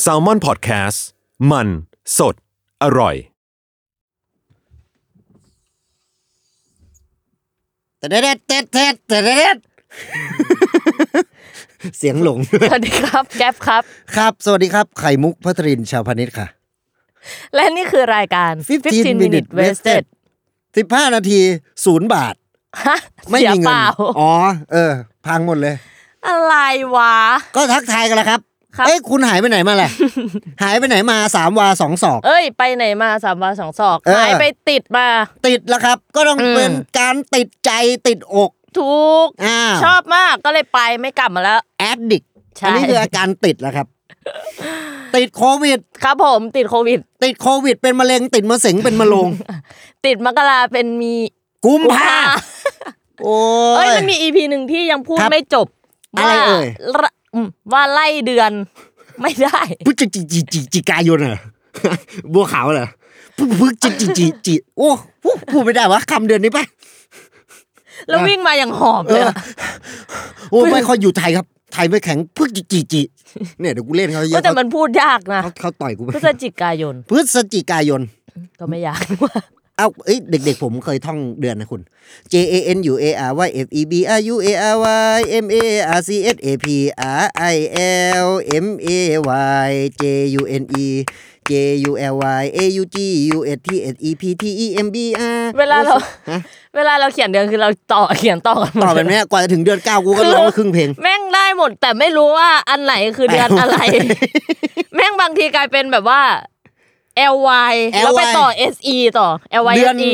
แซลมอนพอดแคสต์มันสดอร่อย เต็ดเต็ดเต็ดเต็ดเต็ดเต็ดเสียงหลง สวัสดีครับ แก๊ปครับ ครับ สวัสดีครับ ไข่มุกพัทรินชาวพานิชค่ะ และนี่คือรายการ 15 minute wasted 15 นาทีศูนย์บาท ฮะ ไม่มี สีย เงิ ป น ล่า อ๋อ เออ พังหมดเลย อะไรวะ ก็ทักทายกันแล้วครับ ครับ เอ้ย คุณหายไปไหนมาแหละ หายไปไหนมาสามวาสองศอก เอ้ย ไปไหนมาสามวันสองศอก เออ หายไปติดมา ติดแล้วครับ ก็ต้อง อืม เป็นการติดใจติดอก ทุก อ้าว ชอบมากก็เลยไปไม่กลับมาแล้ว แอดดิก ใช่ อันี้คืออาการติดแล้วครับ ติดโควิด ครับผมติดโควิด ติดโควิด เป็นมะเร็ง ติดมะเส็งเป็นมะโรง ติดมกราเป็นมี กุม กุม ภา ภา โอ้ เอ้ยมันมีอีพีหนึ่งที่ยังพูด ครับ ไม่จบ อะไรเอ่ย ว่าอืมว่าไล่เดือน ไม่ได้ พฤศจิจิจิจิจิกายนเหรอ บัวขาวเหรอพฤพฤศจิจิจิจิโอ้พูดพูดไม่ได้วะคำเดือนนี้ปะ แล้ววิ่งมาอย่างหอบเลยอะ โอ้ไม่ค่อยอยู่ไทยครับ ไทยไม่แข็งพฤศจิจิจิเนี่ยเดี๋ยวกูเล่นเขาเย ก็ อะ แต่ เขา มันพูดยากนะ เขาเขาต่อยกู พฤศจิกายน พฤศจิกายน ก็ไม่ยาก ว่า เอ้าเอ้ยเด็กๆ ผมเคยท่องเดือนนะคุณ J A N U A R Y F E B R U A R Y M A R C S A P R I L M A Y J U N E J U L Y A U G U S T S E P T E M B R เวลาเรา ฮะ เวลาเราเขียนเดือนคือเราต่อเขียนต่อกันหมด ต่อแบบเนี้ยกว่าจะถึงเดือนเก้ากูก็ร้องมาครึ่งเพลง แม่งได้หมด แต่ไม่รู้ว่าอันไหนคือเดือนอะไร แม่งบางทีกลายเป็นแบบว่า L Y แล้วไปต่อ S E ต่อ L Y เดือน S E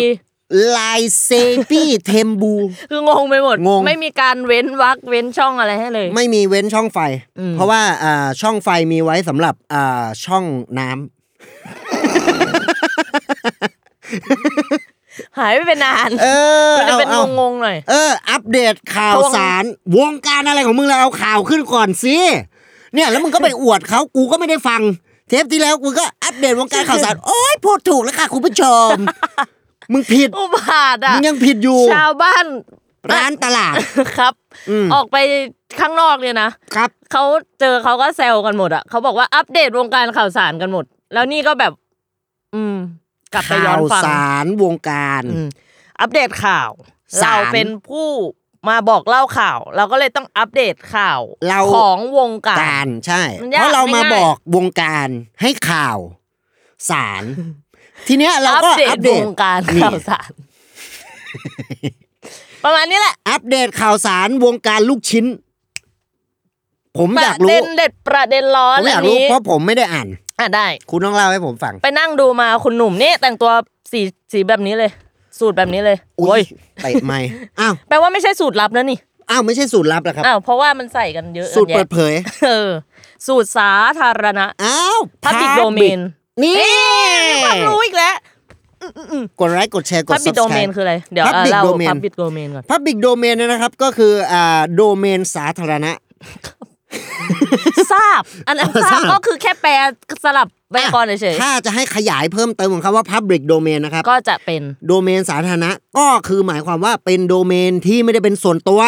ลายเซปี้เทมบู คืองงไปหมด งง ไม่มีการเว้นวรรคเว้นช่องอะไรให้เลย ไม่มีเว้นช่องไฟ อืม เพราะว่าอ่าช่องไฟมีไว้สำหรับอ่าช่องน้ำ หายไปเป็นนาน เออ มันจะ เอา เป็น เอา งงๆหน่อย เออ อัปเดตข่าวสาร วงการอะไรของมึงเราเอาข่าวขึ้นก่อนสิเนี่ยแล้วมึงก็ไปอวดเขากูก็ไม่ได้ฟัง เทปที่แล้วกูก็อัปเดตวงการข่าวสาร โอ๊ยพูดถูกแล้วค่ะคุณผู้ชม มึง ผิด อุบาทอ่ะ มึงยังผิดอยู่ ชาวบ้าน ร้านตลาด ครับ อืม ออกไปข้างนอกเนี่ยนะ ครับ เขาเจอเขาก็แซวกันหมดอ่ะเขาบอกว่าอัปเดตวงการข่าวสารกันหมด แล้วนี่ก็แบบ อืม กลับไปย้อ ข่าน ว ฟัง สารวงการ อืมอัปเดตข่าว สา เรา ร เป็นผู้มาบอกเล่าข่าว เราก็เลยต้องอัปเดตข่าว เรา ของวงกา การ รใช่ มันยาก เพราะเรามา ไม่ง่าย บอกวงการให้ข่าวสาร ทีเนี้ยเราก็ อั อั ป ป เด เด ต ต วงการ นี่ ข่าวสาร ประมาณนี้แหละ อัปเดตข่าวสารวงการลูกชิ้น ผมอประ ยากรู้ เด็นเด็ดประเด็นร้อน ผมอยาก น รู้ นี้ เพราะผมไม่ได้อ่าน อ่ะได้ คุณต้องเล่าให้ผมฟัง ไปนั่งดูมาคุณหนุ่มนี่แต่งตัวสีสีแบบนี้เลย สูตรแบบนี้เลยโอ้ย เตะไม่อ้าว แปลว่าไม่ใช่สูตรลับนะนี่ อ้าวไม่ใช่สูตรลับนะครับ อ้าวเพราะว่ามันใส่กันเยอะ สูตร กันแยะ เปิดเผย เออสูตรสาธารณะ อ้าว พับบิ Public กโดเมน นี่ ความรู้อีกแล้ว กดไลค์กดแชร์ก พั ด บบิกโดเมน subscribe คืออะไร เดี๋ยว Public อ่ะเรา domain พับบิกโดเมนก่อน Public Domain เนี่ยนะครับ ก็คืออ่าโดเมนสาธารณะ ทราบ อันนั้นทรา ทรา บบ ก็คือแค่แปลสลับไวยากรณ์เฉย ถ้าจะให้ขยายเพิ่มเติมของคำว่า Public Domain นะครับ ๆก็จะเป็น โดเมนสาธารณะก็คือหมายความว่าเป็นโดเมนที่ไม่ได้เป็นส่วนตัว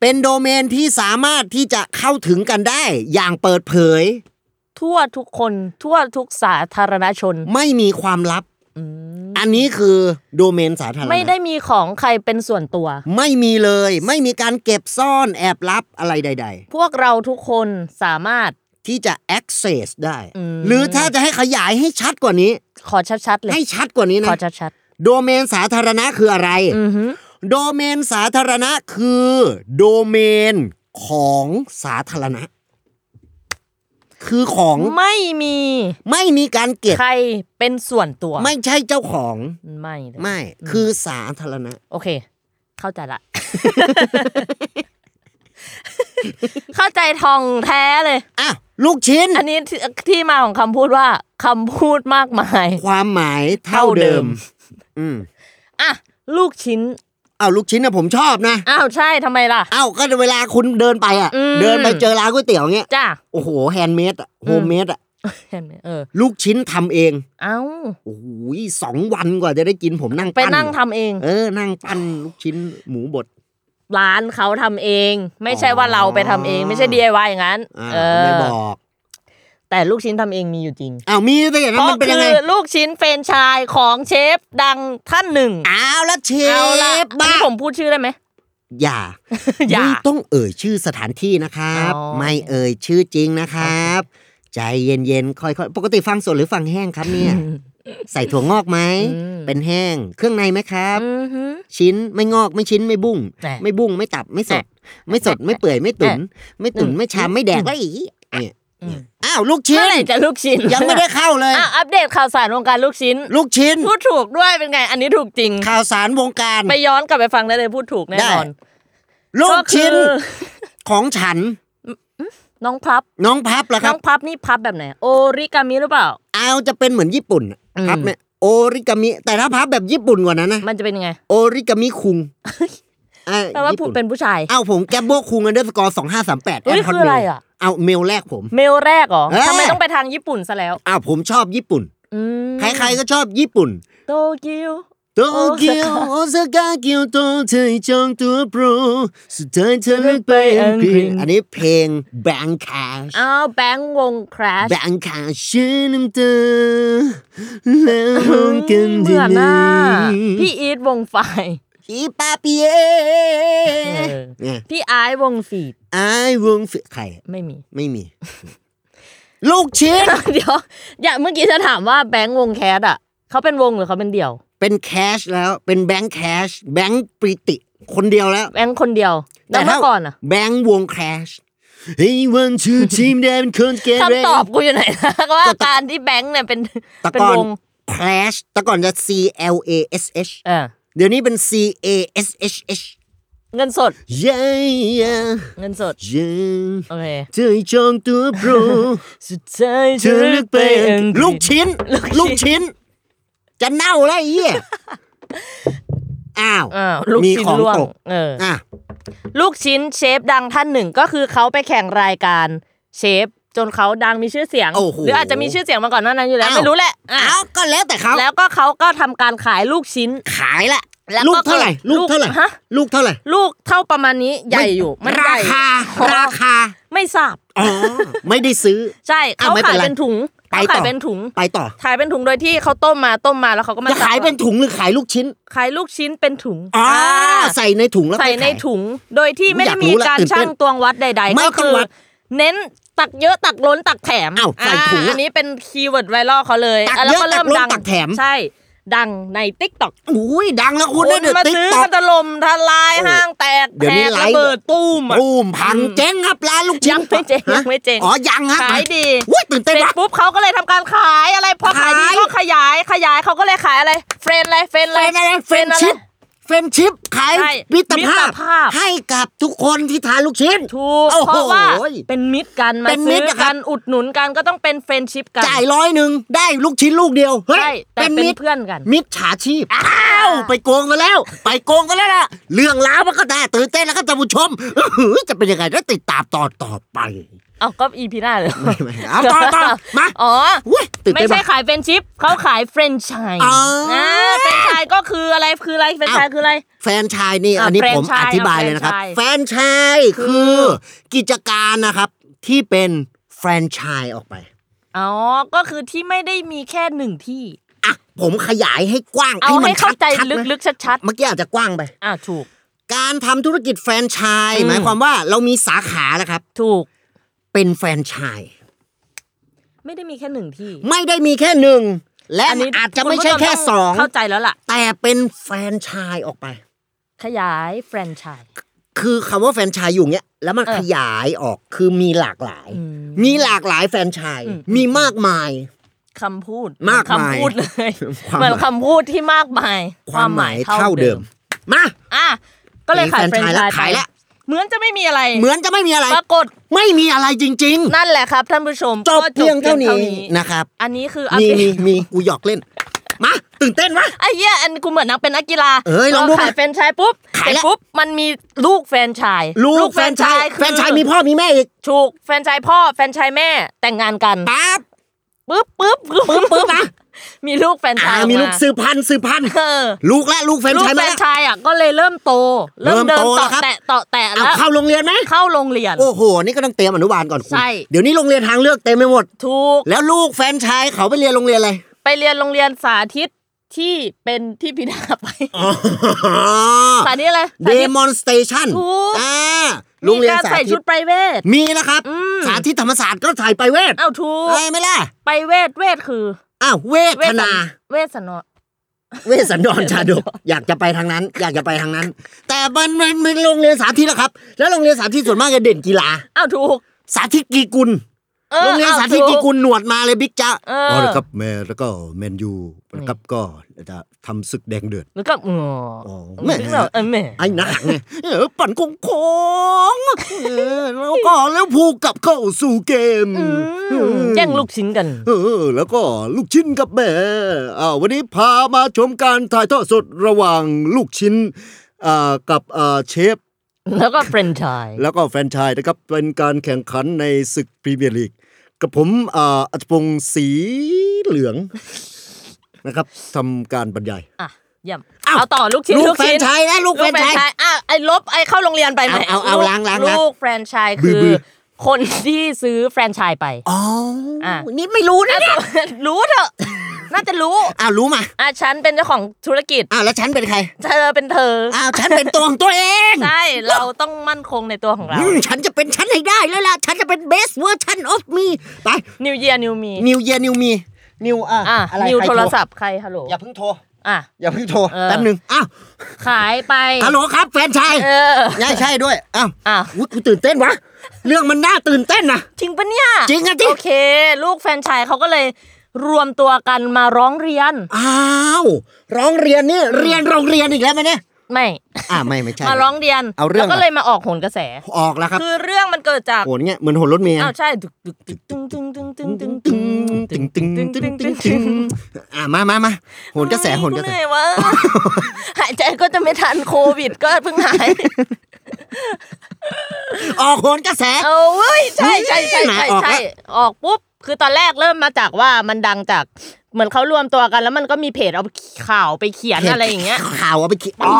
เป็นโดเมนที่สามารถที่จะเข้าถึงกันได้อย่างเปิดเผย ทั่วทุกคนทั่วทุกสาธารณชน ไม่มีความลับ อืม อันนี้คือโดเมนสาธารณะ ไม่ได้มีของใครเป็นส่วนตัว ไม่มีเลย ไม่มีการเก็บซ่อนแอบลับอะไรใด พวกเราทุกคนสามารถ ๆ ที่จะ access ได้ อืม หรือถ้าจะให้ขยายให้ชัดกว่านี้ ขอชัดๆเลย ให้ชัดกว่านี้ ข นะ อชัด โดเมนสาธารณะคืออะไร ๆอือหือ โดเมนสาธารณะคือโดเมนของสาธารณะ คือของ ไม่มี ไม่มีการเก็บ ใครเป็นส่วนตัว ไม่ใช่เจ้าของ ไม่เลย ไม่ คือสาธารณะ โอเค เข้าใจละ เข้าใจทองแท้เลย อ้าวลูกชิ้น อันนี้ที่ที่มาของคำพูดว่าคำพูดมากมาย ความหมายเท่าเดิม เท่าเดิ อืม อ่ะ ลูกชิ้น อ้าวลูกชิ้นนะผมชอบนะ อ้าวใช่ทำไมล่ะ อ้าวก็เวลาคุณเดินไปอ่ะ อืม เดินไปเจอร้านก๋วยเตี๋ยวเงี้ย จ้า โอ้โหแฮนด์เมดอ่ะ อืม โฮมเมดอ่ะ เห็นไหมเออ ลูกชิ้นทำเอง เอ้า โอ้โหสองวันกว่าจะได้กินผมนั่ง ไป ปั้น นั่งทำเอง เออ นั่งปั้นลูกชิ้นหมูบด ร้านเขาทำเอง ไม่ใช่ว่าเราไปทำเอง ไม่ใช่ DIY อย่างนั้น อ่า เอ ไม่ อ บอก แต่ลูกชิ้นทำเองมีอยู่จริง อ้าวมีแต่อย่าง เพ นั้น ราะ มันเป็น คื ยังไง อลูกชิ้นเฟรนไชายของเชฟดังท่านหนึ่ง อ้าวแล้วเช เอาละ ฟ อัน บ้า นี่ผมพูดชื่อได้ไหม อย่า อย่า ไม่ต้องเอ่ยชื่อสถานที่นะครับ อ๋อ ไม่เอ่ยชื่อจริงนะครับ ใจเย็นๆ ค่อยๆ ปกติฟังสดหรือฟังแห้งครับเนี่ย ใส่ถั่วงอกไหม อืม เป็นแห้ง เครื่องในไหมครับ อือหือ ชิ้นไม่งอกไม่ชิ้นไม่บุ้ง แหม่ ไม่บุ้งไม่ตับไม่สด ไม่สดไม่เปื่อยไม่ตุ๋นไม่ตุ๋นไม่ชามไม่แดกแล้วอีกเนี่ย อืม อ้าวลูกชิ้ เมื่อน ไหร่จะลูกชิ้น ยังไม่ได้เข้าเลย อ่ะอัปเดตข่าวสารวงการลูกชิ้น ลูกชิ้น พูดถูกด้วยเป็นไง อันนี้ถูกจริง ข่าวสารวงการ ไปย้อนกลับไปฟังได้เลยพูดถูกแน่นอน ได้ ลูก ก็คื ชิ้น อ ของฉัน น้องพับ น้องพับละค น้ รั อบ งพับนี่พับแบบไหน โอริกามิหรือเปล่า เอาจะเป็นเหมือนญี่ปุ่นอะ อืม พับเนี่ยโอริกามิ แต่ถ้าพับแบบญี่ปุ่นกว่านั้นนะ มันจะเป็นยังไง โอริกามิคุงอ่ะ แปลว่า ญี่ ผู้ ปุ่น เป็นผู้ชาย เอ้าผมแกบโบคุงอันเดอร์สกอร์สองห้าสามแปด เฮ้ยคืออะไรอะ เอาเมลแรกผม เมลแรกเหรอ เอ้ย ทำไมต้องไปทางญี่ปุ่นซะแล้ว อ้าวผมชอบญี่ปุ่น อืม ใครๆก็ชอบญี่ปุ่น โตเกียว โตเกียว Osaka โอซาก้าเกียวโตเธอจองตัวโปรสุดท้ายเธอเลือกไปอังกฤษอันนี้เพลง Bang Cash อ้าวแบงค์วงคราช แบงค์ขาชื่อน้ำ ตาแล้วมองกันดี เบื่อ ไห ห ม น้าพี่อีทวงไฟ พี่ปาเปีย เออ เนี่ย พี่ไอายวงฟีด ไอ้วงฝีไข่ ไม่มี ไม่มี ลูกชิ้น เดี๋ยว อย่าเมื่อกี้จะถามว่าแบงค์วงแคสอ่ะเขาเป็นวงหรือเขาเป็นเดี่ยว เป็นแคชแล้วเป็นแบงค์แคชแบงค์ปริติ คนเดียวแล้ว แบงค์คนเดียวแต่เมื่อก่อนอ่ะ แบงค์วงแคชเฮ้ยวัน ชื่อทีมแดนคนเกเร คำตอบกูอยู่ไหนนะ ว่าการที่แบงค์เนี่ยเป็น ตะ เป็น ก่อน วง Clash แต่ก่อนจะ C L A S H เออ เดี๋ยวนี้เป็น C A S H H เงินสด yeah yeah เงินสด yeah โอเค เธอจองตัวโปร สุดท้าย เธอเลือกไปลูกชิ้น ลูกชิ้น จะเน่าแล้วไอ้เหี้ยอ้าว อ่าวลูก มี ชิ้น ของ ล่วง ตก เออ อ่ะ ลูกชิ้นเชฟดังท่านหนึ่งก็คือเขาไปแข่งรายการเชฟจนเขาดังมีชื่อเสียง โอ้โห หรืออาจจะมีชื่อเสียงมาก่อนหน้านั้นอยู่แล้ว อ้าว ไม่รู้แหละอ่ะ เอาก็แล้วแต่เขา แล้วก็เขาก็ทำการขายลูกชิ้น ขายละ แล้วก็ ลูกเท่าไหร่ ลูกเท่าไหร่ ลูกฮะ ลูกเท่าไหร่ ลูกเท่าประมาณนี้ใหญ่อยู่มันให รา ญ่ คา เพะ ราคา ไม่ทราบ อ๋อไม่ได้ซื้อ ใช่ อ้าว เขา ไม่เป็ ขาน ย ไร เป็นถุง ไป เขา ต่อ ขายเป็นถุง ไปต่อ ขายเป็นถุงโดยที่เขาต้มมาต้มมาแล้วเขาก็มา จะขายเป็นถุงหรือขายลูกชิ้น ขายลูกชิ้นเป็นถุง อ๋อ อ่า ใส่ในถุงแล้ว ใส่ไปในขาย ถุงโดยที่ไม่ อ ได้ ยากรู้ มี ละ การ ตื่นเต้น ช่างตวงวัดใด ไม่ ๆต้อก็คื ง อ วัด เน้นตักเยอะตักล้นตักแถม อ้าวใส่ถุงอะ อันนี้เป็นคีย์เวิร์ดไวรัลเขาเลย ตัก แล้วก็ เยอะตัก เริ่ม ล้น ดัง ตักแถม ใช่ ดังในติ๊กต็อก อุ้ยดังแล้วคุณได้เดือด มา ติ๊ก ซื้อ ต็อ กั ก นถล่มทลาย โอ้ ห้างแตก เดี๋ยว แต นี้ ก ไลฟ์ ระเบิดตุ้มอะ ตูมพังเจ๊งครับร้านลูกชิ้น ยังไม่เจ๊ง ฮะ ยังไม่เจ๊ง อ๋อยังครับ ขายดี อุ้ยตื่นเต้น เสร็จ ว่ะ ปุ๊บเขาก็เลยทำการขายอะไรพอขายดี ขาย ก็ขยายขยายเขาก็เลยขายอะไร เฟรนอะไรเฟรนอะไร เฟรนอะไรเฟรนชิปเฟรนชิปขาย ใช่ มิตรภา มิ พ ตรภาพ ให้กับทุกคนที่ทานลูกชิ้น ถูก โอ้โห เพราะว่าเป็นมิตรกันมา เป็นมิ ซื้ ตร อ นะครับ กันอุดหนุนกันก็ต้องเป็นเฟรนชิพกัน จ่ายร้อยหนึ่งได้ลูกชิ้นลูกเดียวเฮ้ย ใช่แต่ เป็น เป็น มิตร เพื่อนกัน มิตรฉาชีพอ้าวไปโกงมาแล้ว ไปโกงกันแล้วล่ะเรื่องราวมันก็ได้ตื่นเต้นแล้วก็ท่านผู้ชมอื้อหือจะเป็นยังไงแล้วติดตามตอนต่อ ไป เอาก็อีพีหน้าเลยเหรอ ไม่ไม่เอาต่อต่อมา อ๋อ อุ้ยตื่น ไม่ เต้น ใช่ ว่ะ ขายเฟรนชิพเขาขายเฟรนช์ไชาย อ๋ออ่ นะเฟรนช์ไชายก็คืออะไรคืออะไรเฟรนช์ไชายคืออะไร แฟรนไชายนี่ อ่ะ อันนี้ แฟรน ผม ไชส์ อธิบายเลยนะครับ เอา แฟ แฟ ร ร น นไชไชาย ส์ คือกิจการนะครับที่เป็นแฟรนไชายออกไป อ๋อ ก็คือที่ไม่ได้มีแค่หนึ่งที่ อ่ะ ผมขยายให้กว้าง เอา มั ให้เข้าใจ ชัดๆนะ ลึกๆ ชัด เมื่อกี้อาจจะกว้างไป ๆ อ่ะถูก การทำธุรกิจแฟรนไชส์ อืม หมายความว่าเรามีสาขาแล้วครับ ถูก เป็นแฟรนไชส์ ไม่ได้มีแค่หนึ่งที่ ไม่ได้มีแค่หนึ่งและอาจจะไม่ใช่ ณผู้ แค่ ต้ สอง เข้าใจแล้วล่ะ แต่เป็นแฟรนไชส์ออกไป ขยายแฟรนไชส์ คือคำว่าแฟรนไชส์อยู่เนี้ยแล้วมัน เออ ขยายออกคือมีหลากหลาย อืม มีหลากหลายแฟรนไชส์ อืม มีมากมาย คำพูด มากมาย คำพูดเลย ความ เหมือนคำพูดที่มากมาย ความหมายเท่าเดิม มา อ่ะก็เลยขาย มี เฟรน แฟรน ไช ไชส์ ส์ แล้วขายแล้ว เหมือนจะไม่มีอะไร เหมือนจะไม่มีอะไร ปรากฏ ไม่มีอะไรจริง นั่นแหละครับท่านผู้ชม ๆ จบ ก็ เพียงเท่านี้นะครับ อันนี้คืออัป มี เด มี ต มีกูหยอกเล่น มาตื่นเต้นวะ ไอ้เหี้ยอันกูเหมือนนักเป็นนักกีฬา เอ้ยลองดู ราขาย มา แฟรนไชายปุ๊บ ขายแล้ว ปุ๊บมันมีลูกแฟรนไชาย ลูกแฟนชาย คือ แฟนชายมีพ่อมีแม่อีก ถูกแฟรนไชายพ่อแฟรนไชายแม่แต่งงานกัน ปั๊บ ปุ๊บปุ๊บปุ๊บ ปึ๊บปึ๊บนะ มีลูกแฟรนไชา อ่าย มีลูกสืบพันธุ์สืบพันธุ์ เออ ลูกและลูกแฟน ลูก ชาย แฟร มาน แล้ว ไชายอ่ะก็เลยเริ่มโต เริ่ม เริ่ เดิ ม น โต ต่อ แล้วครับ แตะต่อแตะ เอา แล้ว เข้าโรงเรียนไหม เข้าโรงเรียน โอ้โห นี่ก็ต้องเตรียมอนุบาลก่อนคุณ ใช่ เดี๋ยวนี้โรงเรียนทางเลือกเต็มไปหมด ถูก แล้วลูกแฟนชายเขาไปเรียนโรงเรียนอะไร ไปเรียนโรงเรียนสาธิตที่เป็นที่พิดา ไป อ๋อ สาธิตอะไรสาธิต demonstration ถูก อ่าโรงเรียน มีกา สา ใส่ ธิ ชุ ต ดไปเวท มีนะครับ อืม สาธิตธรรมศาสตร์ก็ถ่ายไปเวท เอ้าถูก อะไรไหม่ล่ะ ไปเวทเวทคือ อ้าวเวท เวสั นา เวสนอ เวสสันดรชาดกอยากจะไปทางนั้น อยากจะไปทางนั้น แต่มันมันมันโรงเรียนสาธิตนะครับ แล้วโรงเรียนสาธิตส่วนมากจะเด่นกีฬา เอ้าถูก สาธิตกีกุล ออ โรงเรียน อ้ สาธิตกีกุ ถู ลหนวดมาเลยบิ๊กจ๊ะ เอ อ๋อ อ แล้วครับแม่แล้วก็แมนยูนะครับก็จะทำศึกแดงเดือด หรือกับอ๋อ อ๋อ แม่ แม่ เออแม่ ไอ้หนักเนี่ยเออปั่นคงคงเออแล้วก็แล้วผูกกลับเข้าสู่เกม อืมแย่งลูกชิ้นกัน เออแล้วก็ลูกชิ้นกับแม่อ่าวันนี้พามาชมการถ่ายทอดสดระหว่างลูกชิ้นอ่ากับอ่าเชฟ แล้ว ก็เฟรนช์ชาย แล้วก็แฟรนไชายนะครับ เป็นการแข่งขันในศึกพรีเมียร์ลีก กับผมอ่าอัจฉพงศ์สีเหลือง นะครับทำการบรรยาย อ่ะเยี่ยม อ้าว เอาต่อลูกชิ้น ลู ลู ก ก แฟร ชิ้ น น ไชายนะลูกแฟรนไชาย ชายอ่ะไอ้ลบไอ้เข้าโรงเรียนไปไหม เอาเอาเอาล้างล้างล้าง ลูกแฟรนไชายคื บื้ อ อ คนที่ซื้อแฟรนไชายไป อ๋ออะ นี่ไม่ รู้นะเนี่ย รู้เถอะ น่าจะรู้ อ้าวรู้มา อ่ะฉันเป็นเจ้าของธุรกิจ อ้าวแล้วฉันเป็นใคร เธอเป็นเธออ อ้าวฉันเป็นตัวของตัวเอง ใช่ เราต้องมั่นคงในตัวของเรา อืมฉันจะเป็นฉันให้ได้แล้วล่ะ ฉันจะเป็น best version of me ไป New Year New Me นิวเยียนิวมีนิวอ่ะ อ่ะ อะไร New ใค โทรศัพท์ใครฮัลโหล อย่าเพิ่งโทร อ่ะ อย่าเพิ่งโทร เออ แป๊บหนึ่งอ้าว ขายไป ฮัลโหลครับแฟรนไชาย เออ ใช่ใช่ด้วยอ้าว อ่ะ อุ๊ยกูตื่นเต้นวะ เรื่องมันน่าตื่นเต้นนะ จริงปะเนี่ย จริงอะดิ โอเค ลูกแฟนชายเขาก็เลยรวมตัวกันมาร้องเรียน อ้าวร้องเรียนนี่เรียนโรงเรียนอีกแล้วไหมเนี่ย ไม่ อ่าไม่ไม่ใช่ มาร้องเรียน เอาเรื่อง แล้วก็เลยมาออกโหนกระแส ออกแล้วครับ คือเรื่องมันเกิดจาก โหนเงี้ยเหมือนโหนรถเมย์ อ้า อะ วใช่ดึกดึกดึกตึงตึงตึงตึงตึงตึ ตึงงตึงตึงตึงตึงตึงตึงอ่ามามามาโหนกระแสโหนกระแส เหนื่อยวะหายใจก็จะไม่ทันโควิดก็เพิ่งหาย ออกโหนกระแส เอาเว้ยใช่ใช่ใช่ หนาออกละใช่ใช่ออกปุ๊บคือตอนแรกเริ่มมาจากว่ามันดังจากเหมือนเขารวมตัวกัน แล้วมันก็มีเพจเอาข่าวไปเขียนอะไรอย่างเงี้ย ข่าวเอาไปคิดอ๋อ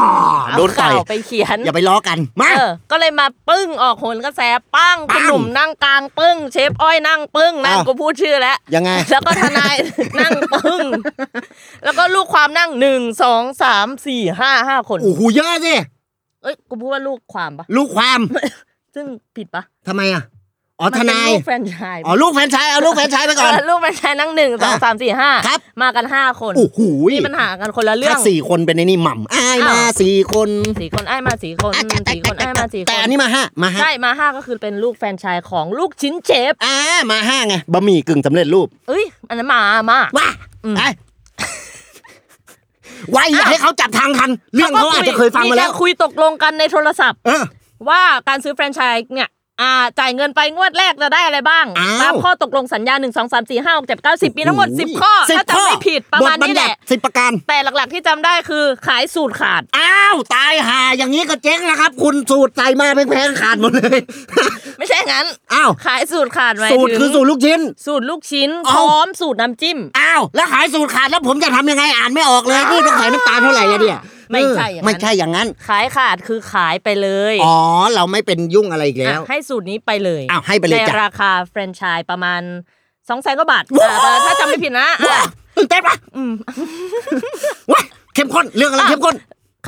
เอา โดนต่ ข่า อยว ไปเขียน อย่าไปล้อกันมา เออก็เลยมาปึ้งออกโหนกระแสปั้ง ปั้งคุณหนุ่มนั่งกลางปึ้ง เชฟอ้อยนั่งปึ้งนั่น อ้าว กูพูดชื่อแล้ว ยังไง แล้วก็ทนาย นั่งปึ้ง แล้วก็ลูกความนั่งหนึ่งสองสามสี่ห้าห้าคน โอ้โหเยอะสิ เอ้ยกูพูดว่าลูกความปะ ลูก ความ ซึ่งผิดปะ ทำไมอ่ะอ๋อท มัเป็ นา ลู ย กแฟรนไชส์ปะ อ๋อลูกแฟนชายเอาลูกแฟนชายไปก่อน เออลูกมันชายนั่งหนึ่งสองสามสี่ห้า ครับ มากันห้าคน โอ้โห มีปัญหากันคนละเรื่อ ถ้าง สี่คนเป็นไอ้นี่หม่ำอ้ายมา อ้าว สี่คน สี่คนไอ้ายมาสี่คน อ่ะแต่แต่ สี่คน แต่ ไอ้ายมาสี่ แต่ ค อั น นนี้มาห้ามาห้า ใช่มาห้าก็คือเป็นลูกแฟรนไชายของลูกชิ้นเชฟ อ่ามาห้าไงบะหมี่กึ่งสำเร็จรูป เอ้ยอันนั้นมามา ว้า อืม ไอ้ไวอย่าให้เขาจับทางทัน เรื่องเขาอาจจะเคยฟังมาแล้ว กรคุยตกลงกันในโทรศัพท์ เออ ว่าการซื้อแฟรนไชายเนี่ยอ่าจ่ายเงินไปงวดแรกจะได้อะไรบ้าง อ้าว ตามข้อตกลงสัญญา 1 2 3 4 5 6 7 9 10 มีทั้งหมด โโ 10 ข้อ สิบ ถ้า ข้อ จำไม่ผิดประมาณ บทบัญ นี้แห ญัติ ละ สิบประการ แต่หลักๆที่จำได้คือขายสูตรขาด อ้าวตายห่าอย่างนี้ก็เจ๊งแล้วครับ คุณสูตรใจมาแพงๆขาดหมดเลย ไม่ใช่งั้น อ้าว ขายสูตรขาดไว้ สูตรคือสูตรลูกชิ้น สูตรลูกชิ้น เอ้า พร้อมสูตรน้ำจิ้ม อ้าวแล้วขายสูตรขาดแล้วผมจะทำยังไงอ่านไม่ออก เลยนี่ต้องขายน้ำตาลเท่าไหร่ละเนี่ย ไม่ใช่ เอ อย่างนั้ อน ไม่ใช่อย่างนั้น ขายขาดคือขายไปเลย อ๋อ เราไม่เป็นยุ่งอะไรอีกแล้ว อ่ะให้สูตรนี้ไปเลย อ้าวให้ไปเลย ใน จ้ะ ราคาแฟรนไชส์ประมาณสองแสนกว่าบาท ว้าย อ่าถ้าจำไม่ผิดนะ ว้า อ่ะ ตื่นเต้นปะ ว้ายเข้มข้นเรื่องอะไรเข้มข้น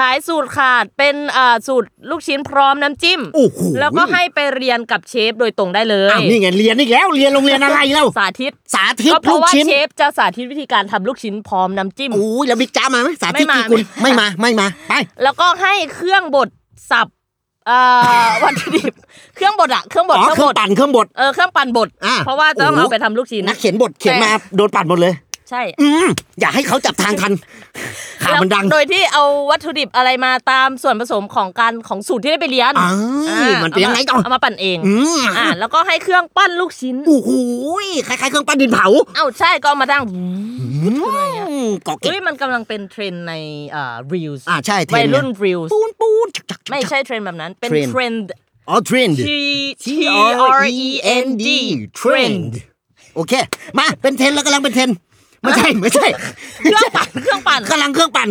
ขายสูตรขาดเป็นอ่าสูตรลูกชิ้นพร้อมน้ำจิ้ม โอ้โห แล้วก็ให้ไปเรียนกับเชฟโดยตรงได้เลย อ้าวนี่ไงเรียนอีกแล้วเรียนโรงเรียนอะไรเล่า สาธิต สาธิต ก็เพ ลู ราะ ก ว่า ชิ้น เชฟจะสาธิตวิธีการทำลูกชิ้นพร้อมน้ำจิ้ม โอ้ยแล้วบิ๊กจ้ามาไหมสาธิต ไม่มา กี่คุณไม่มาไม่มาไป แล้วก็ให้เครื่องบดสับอ่ า วัตถุดิบเครื่องบดอะเครื่องบด อ๋อ เครื่ เค อง รื่อบ ง ด ปั่นเครื่องบด เออเครื่องปั่นบด อ่ะ เพราะว่าจะต้อง โอ้โห เอาไปทำลูกชิ้น นักเขียนบทเขียน แต่ มาโดนปั่นหมดเลย ใช่ อืมอย่าให้เขาจับทางทันข่าวมันดัง แล้วโดยที่เอาวัตถุดิบอะไรมาตามส่วนผสมของการของสูตรที่ได้ไปเรียน อ้า อ่ ย า มันเป็นยังไงต่อ เอามาปั่นเอง อืม อ่าแล้วก็ให้เครื่องปั้นลูกชิ้น โอ้โหยคล้ายๆเครื่องปั้นดินเผา เอ้าใช่ก็เอามาตั้ง อืมเกาะเก็บ เฮ้ยมันกำลังเป็นเทรนด์ในอ่า reels อ่าใช่เทร วัย นด์ รุ่น เย reels ปูนปูนจักจักจัก ไม่ใช่เทรนด์แบบนั้นเป็น เทรนด์ เทรนด์ อ๋อเทรนด์ T T R E N T-R-E-N-D D trend โอเค มาเป็นเทรนด์แล้วกำลังเป็นเทรนด์ไม่ ใช่ไม่ใช่ เครื่องปั่นเครื่องปั่น กำลังเครื่องปั่น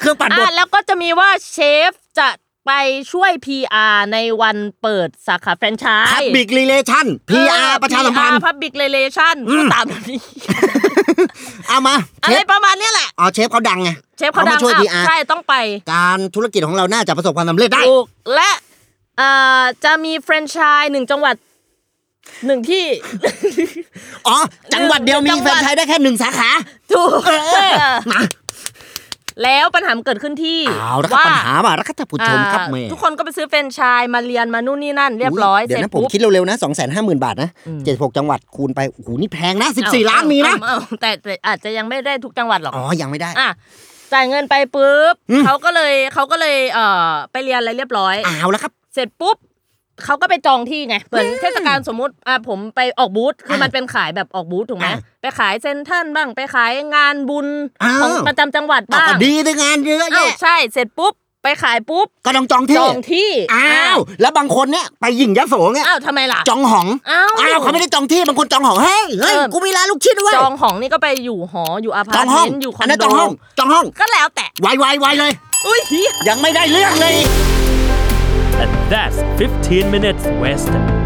เครื่องปั่นบ อ่า ด แล้วก็จะมีว่าเชฟจะไปช่วย PR ในวันเปิดสาขาแฟรนไชส์ พับบิกรีเลชั่น PR ประชาสัมพันธ์ พับบิกเรเลชั่นตามแบบนี้ เอามา อะ เช ไร ฟ ประมาณเนี้ยแหละ อ๋อเชฟเขาดังไง เชฟเขาดัง มาช่วย อ่ะ PR ใช่ต้องไป การธุรกิจของเราน่าจะประสบความสำเร็จได้ ถูกและอ่าจะมีแฟรนไชส์หนึ่งจังหวัดหนึ่งที่ อ๋อ จังหวัดเดียวมีแฟรนไชส์ได้แค่หนึ่งสาขา ถูก มา แล้วปัญหามันเกิดขึ้นที่ เอาละครับ ว่า ปัญหามาแล้วครับท่านผู้ชมครับ อ่า แม่ ทุกคนก็ไปซื้อแฟรนไชส์มาเรียนมานู่นนี่นั่นเรียบร้อย เดี๋ย เสวร็จ นะผม ปุ๊บ คิดเร็วๆนะ2 5 0 0 0 0 บาทนะ76จังหวัดคูณไปโอ้โหนี่แพงนะ 14 ล้านมีนะ เอ้าเอ้าแต่แต่อาจจะยังไม่ได้ทุกจังหวัดหรอก อ๋อ ยังไม่ได้ อ่ะจ่ายเงินไปปุ๊บ อืม เขาก็เลยเขาก็เลยเอ่อไปเรียนอะไรเรียบร้อย เอาละครับ เสร็จปุ๊บเขาก็ไปจองที่ไงเหมือนเทศกาลสมมุติอ่ะผมไปออกบูธคือมันเป็นขายแบบออกบูธถูกไหม อ่ะ ไปขายเซนทรันบ้างไปขายงานบุญ อ้าว ของประจำจังหวัด ต่อ บ้าง ก็ดีด้วยงานเยอะ อ้าว แยะ ใช่เสร็จปุ๊บไปขายปุ๊บ ก็ต้องจอง จ ที่ องที่ อ้าว แล้วบางคนเนี่ยไปหยิ่งยะโสเนี่ย อ้าวทำไมล่ะ จองหอง อ้าว เขาไม่ได้จองที่บางคนจองหองเฮ้ยเฮ้ย เออ กูมีร้านลูกชิ้นด้วย จองของนี่ก็ไปอยู่หออยู่อาพา จ ร์ อ ต ง เม ห้อง นต์อยู่คอ อันนนั้น โด จองห้องจองห้อง ก็แล้วแต่ ไวไวไวเลย อุ้ยเหี้ย ยังไม่ได้เรื่องเลย And that's 15 minutes west.